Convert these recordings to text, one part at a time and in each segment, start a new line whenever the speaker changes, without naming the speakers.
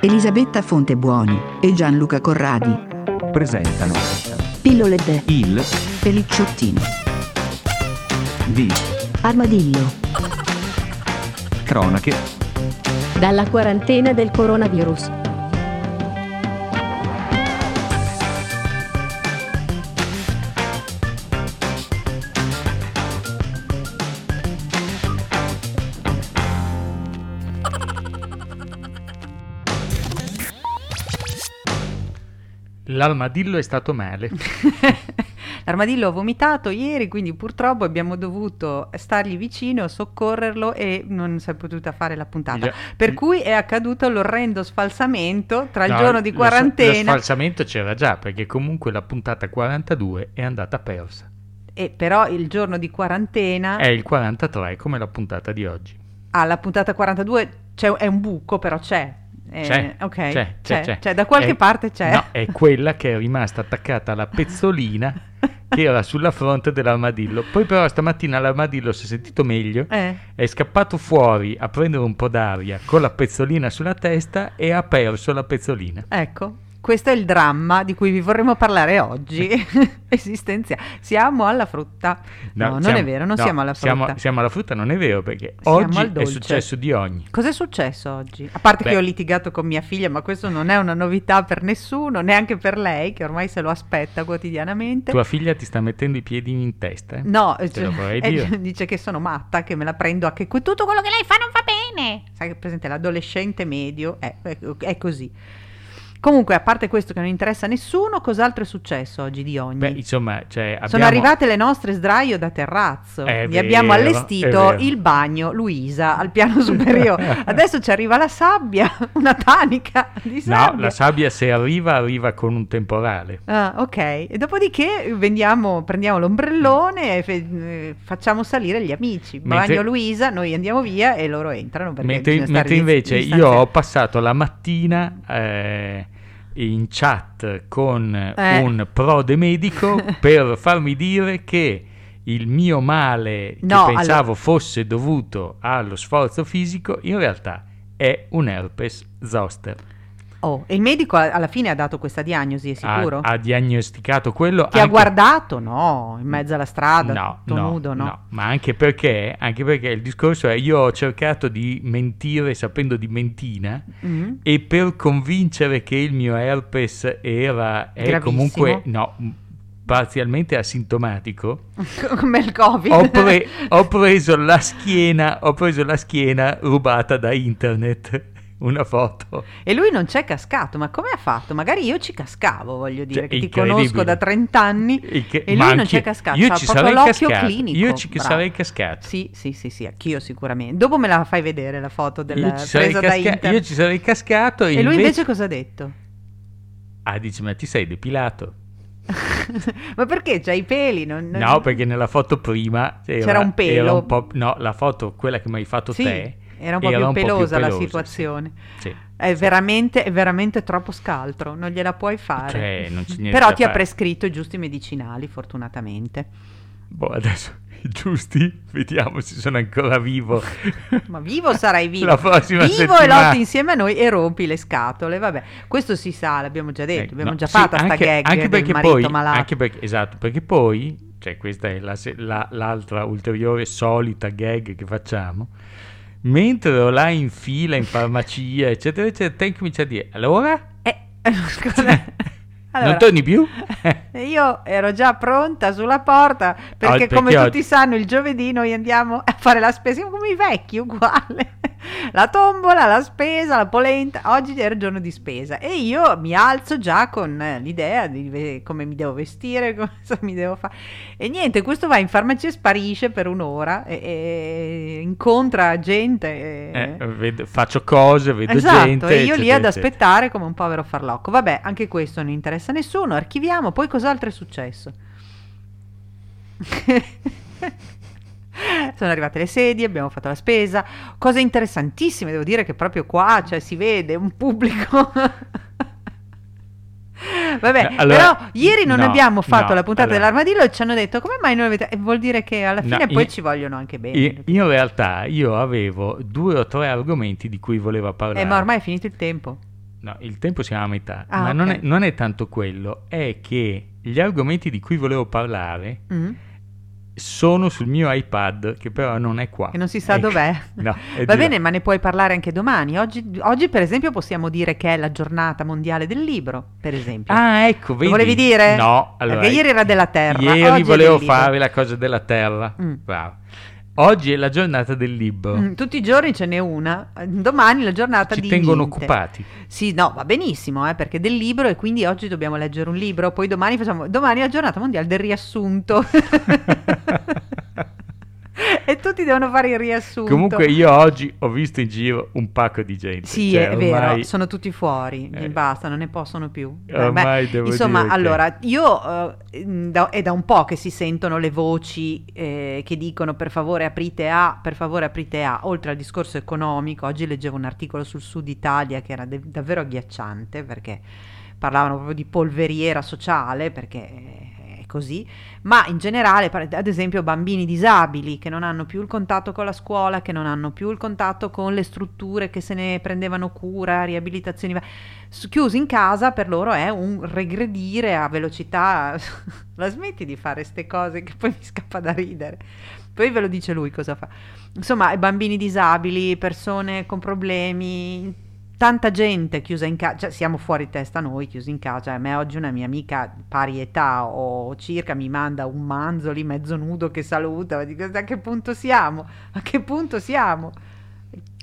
Elisabetta Fontebuoni e Gianluca Corradi
presentano
Pillole de
il
Pelicciottino.
di
Armadillo.
cronache
Dalla quarantena del coronavirus.
L'almadillo è stato male.
L'armadillo ha vomitato ieri, quindi purtroppo abbiamo dovuto stargli vicino, soccorrerlo e non si è potuta fare la puntata.
Gli-
Per cui è accaduto l'orrendo sfalsamento tra il
No,
giorno di
lo- Lo
quarantena,
sfalsamento c'era già, perché comunque la puntata 42 è andata persa.
e però il giorno di quarantena,
È il 43 come la puntata di oggi.
alla puntata 42 c'è, è un buco, però c'è. Eh,
C'è,
ok, Cioè,
c'è, c'è, c'è.
da qualche
È-
parte c'è.
No, è quella che è rimasta attaccata alla pezzolina che era sulla fronte dell'armadillo. Poi però stamattina l'armadillo si è sentito meglio,
Eh.
è scappato fuori a prendere un po' d'aria con la pezzolina sulla testa e ha perso la pezzolina.
Ecco, questo è il dramma di cui vi vorremmo parlare oggi. Esistenziale. Siamo alla frutta. No, non
siamo-
è vero, non
Eh. no,
siamo alla frutta.
Siamo, siamo alla frutta, non è vero, perché
Siamo
oggi
al
è
dolce.
successo di ogni.
Cos'è successo oggi? A parte
Beh.
che ho litigato con mia figlia, ma questo non è una novità per nessuno, neanche per lei, che ormai se lo aspetta quotidianamente.
Tua figlia ti sta mettendo i piedi in testa? eh?
No,
Te
cioè,
lo vorrei
eh,
dire.
dice che sono matta, che me la prendo a che que- tutto quello che lei fa non va bene. Sai che è presente l'adolescente medio è, è- è così. Comunque, a parte questo che non interessa a nessuno, cos'altro è successo oggi di ogni?
Beh, insomma, cioè, abbiamo...
Sono arrivate le nostre sdraio da terrazzo.
È
Vi
vero,
abbiamo
è
allestito
vero.
il bagno Luisa al piano superiore. Adesso ci arriva la sabbia, una tanica di sabbia.
No, la sabbia se arriva, arriva con un temporale.
Ah, ok, e dopodiché vendiamo, prendiamo l'ombrellone e fe- eh, facciamo salire gli amici.
Mentre-
Bagno Luisa, noi andiamo via e loro entrano. perché
Mentre,
bisogna
mentre
stare
invece
dis-
io ho
distanziati.
passato la mattina eh, in chat con
Eh.
un prode medico per farmi dire che il mio male
No,
che
allora-
pensavo fosse dovuto allo sforzo fisico in realtà è un herpes zoster.
Oh, e il medico a- alla fine ha dato questa diagnosi, è
Ha,
sicuro?
ha diagnosticato quello.
Ti ha
Ah, anche-
guardato? No, in mezzo alla strada,
No,
tutto
no,
nudo, no?
no, ma anche perché, anche perché il discorso è io ho cercato di mentire sapendo di mentina
Mm?
e per convincere che il mio herpes era è
Gravissimo.
comunque no, m- parzialmente asintomatico,
Come il covid.
ho, pre- ho preso la schiena, ho preso la schiena rubata da internet, una foto.
E lui non c'è cascato, ma come ha fatto? Magari io ci cascavo, voglio dire,
Cioè,
che ti
incredibile.
conosco da 30 anni
che-
e lui
ma
non
anch'io-
c'è cascato,
Io
c'ha
ci
proprio
sarei
l'occhio
cascato.
clinico,
Io ci
bravo.
sarei cascato.
Sì, sì, sì, sì, anch'io sicuramente. Dopo me la fai vedere la foto della
Io ci, sarei
presa da
casca-
internet.
io ci sarei cascato e,
E lui invece cosa ha detto?
Ah, dici, ma ti sei depilato?
ma perché c'hai i peli? Non- non-
No, perché nella foto prima era,
C'era un pelo.
era un po'- no, la foto, quella che mi hai fatto
Sì,
te.
era un po' più pelosa la situazione.
Sì. Sì.
È, veramente, è veramente troppo scaltro, non gliela puoi fare.
Cioè, non c'è niente
Però
da
ti ha
fare.
prescritto i giusti medicinali, fortunatamente.
Boh, adesso i giusti, vediamo se sono ancora vivo.
Ma vivo sarai vivo.
La prossima
vivo e
settimana.
lotti insieme a noi e rompi le scatole. Vabbè, questo si sa, l'abbiamo già detto,
Ecco,
abbiamo
no,
già
sì,
fatto sta
anche-
gag
anche
del
perché
marito
poi-
malato.
anche perché- esatto, perché poi, cioè questa è la se- la- l'altra ulteriore solita gag che facciamo, mentre ero là in fila, in farmacia, eccetera, eccetera, te cominci a dire, allora?
Eh, scusa. Allora,
non torni più?
Io ero già pronta sulla porta perché,
Ah, perché
come
oggi-
tutti sanno, il giovedì noi andiamo a fare la spesa siamo come i vecchi, uguale. La tombola, la spesa, la polenta. Oggi era il giorno di spesa e io mi alzo già con eh, l'idea di ve- come mi devo vestire, cosa mi devo fare. E niente, questo va in farmacia e sparisce per un'ora e, e incontra gente. e-
Eh, vedo- faccio cose, vedo
esatto,
gente.
e io lì
eccetera,
ad
eccetera.
aspettare come un povero farlocco. Vabbè, anche questo non interessa a nessuno, archiviamo, poi cos'altro è successo? Sono arrivate le sedie, abbiamo fatto la spesa, cose interessantissime, devo dire che proprio qua cioè, si vede un pubblico. Vabbè,
No, Eh, allora-
però ieri non
no,
abbiamo fatto
no,
la puntata
allora-
dell'armadillo e ci hanno detto come mai non avete... e Vuol dire che alla
No,
fine poi
in-
ci vogliono anche bene. Eh,
In, in realtà io avevo due o tre argomenti di cui volevo parlare.
Eh, ma ormai è finito il tempo.
No, il tempo siamo a metà,
Ah,
ma non,
ok.
è, non è tanto quello, è che gli argomenti di cui volevo parlare
Mm?
sono sul mio iPad, che però non è qua.
Che non si sa
Ecco.
dov'è.
No, è
Va
di là.
bene, ma ne puoi parlare anche domani. Oggi, oggi, per esempio, possiamo dire che è la giornata mondiale del libro, per esempio.
Ah, ecco, vedi.
volevi dire?
No,
Perché
allora,
ieri era della terra, oggi
Ieri
è
volevo
del libro.
fare la cosa della terra.
Mm.
Bravo. Oggi è la giornata del libro.
Mm, Tutti i giorni ce n'è una, domani la giornata
ecco. Ci
di
tengono
niente.
occupati.
Sì, no, va benissimo, eh, perché del libro e quindi oggi dobbiamo leggere un libro, poi domani facciamo domani è la giornata mondiale del riassunto. e tutti devono fare il riassunto.
Comunque io oggi ho visto in giro un pacco di gente.
Sì,
Cioè,
è vero,
ormai-
sono tutti fuori,
Eh.
basta, non ne possono più. Beh,
Ormai devo
Insomma,
dire che-
allora, io eh, da- è da un po' che si sentono le voci eh, che dicono per favore aprite A, per favore aprite A, oltre al discorso economico, oggi leggevo un articolo sul sud Italia che era de- davvero agghiacciante perché parlavano proprio di polveriera sociale, perché eh, è così, ma in generale, par- ad esempio, bambini disabili che non hanno più il contatto con la scuola, che non hanno più il contatto con le strutture che se ne prendevano cura, riabilitazioni. va- s- Chiusi in casa per loro è un regredire a velocità. La smetti di fare queste cose che poi mi scappa da ridere. Poi ve lo dice lui cosa fa. Insomma, i bambini disabili, persone con problemi, tanta gente chiusa in casa, cioè siamo fuori testa noi chiusi in casa, a me oggi una mia amica pari età o circa mi manda un manzo lì mezzo nudo che saluta, ma dico a che punto siamo? A che punto siamo?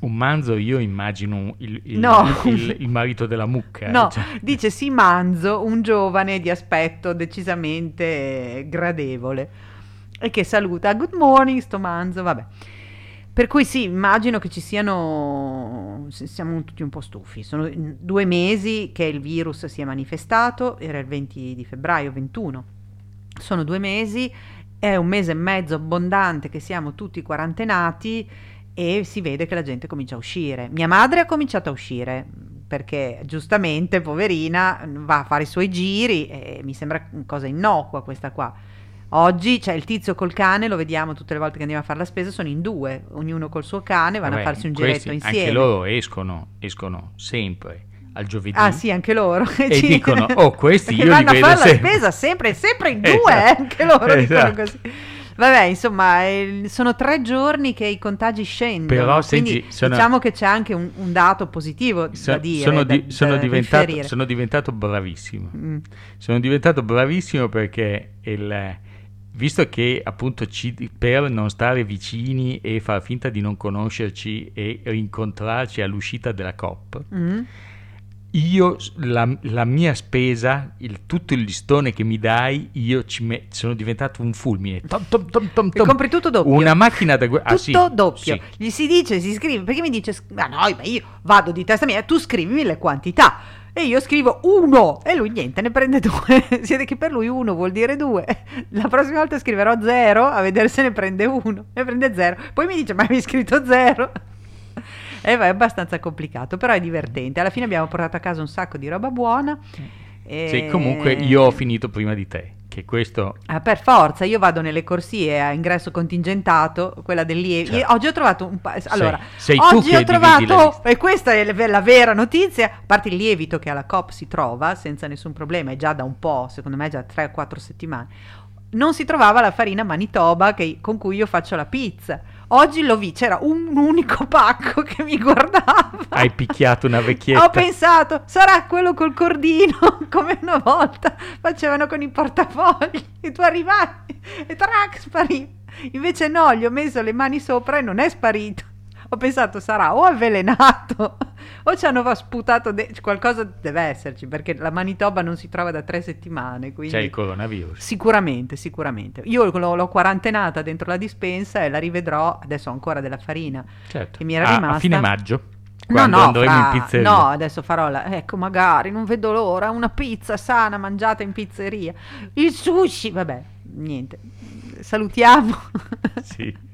Un manzo io immagino il, il-
No.
il- il marito della mucca. eh,
No,
cioè.
dice Simanzo, un giovane di aspetto decisamente eh, gradevole e che saluta good morning sto manzo, vabbè. Per cui sì, immagino che ci siano, s- siamo tutti un po' stufi, sono mm, due mesi che il virus si è manifestato, era il 20 di febbraio, 21, sono due mesi, è un mese e mezzo abbondante che siamo tutti quarantenati e si vede che la gente comincia a uscire. Mia madre ha cominciato a uscire perché giustamente, poverina, va a fare i suoi giri e mi sembra una cosa innocua questa qua. Oggi c'è il tizio col cane, lo vediamo tutte le volte che andiamo a fare la spesa, sono in due, ognuno col suo cane, vanno
Vabbè,
a farsi un
questi-
giretto insieme.
Anche loro escono, escono sempre al giovedì.
Ah sì, anche loro.
Mm. E
Ci-
dicono, "Oh, questi
Perché
io li
vanno
vedo
a fare
sempre."
la spesa sempre, sempre in due,
Esatto.
eh, anche loro dicono
Esatto.
così. Vabbè, insomma, eh, sono tre giorni che i contagi scendono.
Però,
quindi
senti, sono-
diciamo che c'è anche un, un dato positivo
So-
da dire.
sono,
da-
di-
da
sono diventato,
riferire.
sono diventato bravissimo.
Mm.
Sono diventato bravissimo perché il- visto che appunto ci- per non stare vicini e far finta di non conoscerci e rincontrarci all'uscita della COP,
Mm.
io s- la, la mia spesa, il- tutto il listone che mi dai, io ci me- sono diventato un fulmine. Tom, tom, tom, tom,
E
tom.
compri tutto doppio.
Una macchina da ah, guerra.
Tutto doppio. Gli si dice, si scrive, perché mi dice, "S- ma no, ma io vado di testa mia, tu scrivimi le quantità. E io scrivo uno e lui niente, ne prende due. Siete che per lui uno vuol dire due. La prossima volta scriverò zero a vedere se ne prende uno. Ne prende zero. Poi mi dice, ma hai scritto zero? E va, è abbastanza complicato, però è divertente. Alla fine abbiamo portato a casa un sacco di roba buona. E...
Sì, comunque io ho finito prima di te, che questo
Ah, per forza, io vado nelle corsie a ingresso contingentato, quella del Lievi.
Certo.
Io Oggi ho trovato un pa- Allora,
sei tu
oggi
che
ho
dividi la
trovato,
lista.
e questa è la la vera notizia, a parte il lievito che alla COP si trova senza nessun problema, è già da un po', secondo me è già 3-4 settimane. Non si trovava la farina Manitoba che- con cui io faccio la pizza. Oggi l'ho vi, c'era un unico pacco che mi guardava.
hai picchiato una vecchietta.
Ho pensato, sarà quello col cordino, come una volta facevano con i portafogli. E tu arrivavi e trac, spariva. Invece no, gli ho messo le mani sopra e non è sparito. Ho pensato, sarà o avvelenato o ci hanno sputato de- cioè, qualcosa deve esserci, perché la Manitoba non si trova da tre settimane, quindi...
C'è il coronavirus.
Sicuramente, sicuramente. Io l'ho, l'ho quarantenata dentro la dispensa e la rivedrò, adesso ho ancora della farina.
Certo.
Che mi era
Ah,
rimasta.
A fine maggio, quando andremo
fra-
in pizzeria.
No, adesso farò la... Ecco, magari, non vedo l'ora, una pizza sana mangiata in pizzeria. Il sushi, vabbè, niente. Salutiamo.
Sì.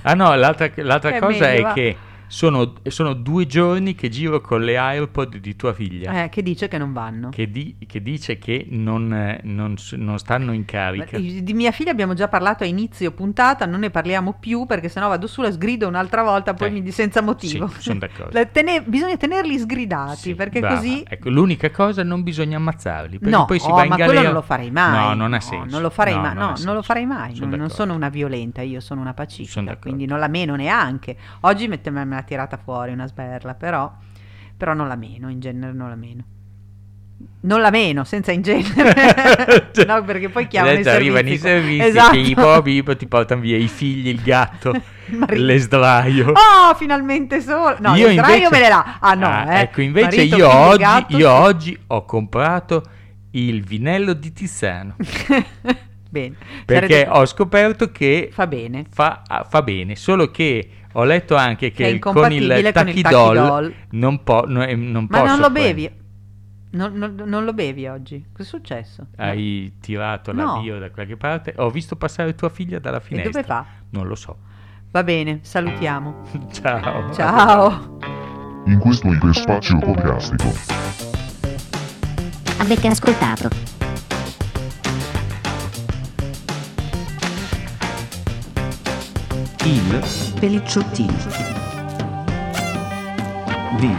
Ah no, l'altra, l'altra
È
cosa
meglio, va.
è che Sono, sono due giorni che giro con le AirPod di tua figlia.
Eh, che dice che non vanno.
Che, di- che dice che non, eh, non s- non stanno in carica.
Beh, Di mia figlia abbiamo già parlato a inizio puntata, non ne parliamo più perché sennò vado su la sgrido un'altra volta, poi
Eh,
mi di- senza motivo.
sì, son d'accordo.
La- tene- bisogna tenerli sgridati
Sì,
perché
brava.
così...
Ecco, l'unica cosa non bisogna ammazzarli. Perché
No,
poi si
oh,
va in
ma
galera.
quello non lo farei mai.
No, non ha
No,
senso.
Non lo farei mai,
ha
no, non
senso.
lo farei mai.
Sono
non, non
d'accordo.
sono una violenta, io sono una pacifica,
Sono d'accordo.
quindi non la meno neanche. Oggi mette- me me l'ha tirata fuori una sberla, però, però non la meno, in genere non la meno. Non la meno, senza in genere.
Cioè,
no, perché poi chiamano i
adesso arrivano i
servizi.
servizi
Esatto.
che i bobibo ti portano via i figli, il gatto,
Il marito.
le sdraio.
Oh, finalmente solo. No, io sdraio me le dà. Ah no, eh.
Ecco, invece
Marito,
io,
figlio,
oggi,
gatto,
io
sì.
oggi ho comprato il vinello di Tiziano
Bene.
perché
Sarete-
ho scoperto che
fa bene.
fa, ah, fa bene, solo che ho letto anche
Che
che,
è
il- con il
incompatibile con il
tachidol
Tachydol.
non, po- no, eh, non
Ma
posso
non lo
poi-
bevi. Non, non- non lo bevi oggi. Cos'è successo?
Hai tirato la
No.
bio da qualche parte? Ho visto passare tua figlia dalla
E
finestra.
dove va?
Non lo so.
Va bene, salutiamo.
Ciao.
Ciao.
in questo iperspazio podcastico.
Avete ascoltato
il,
Pelicciottini.
di,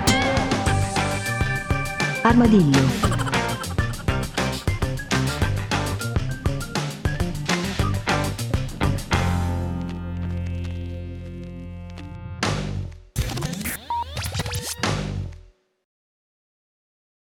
Armadillo.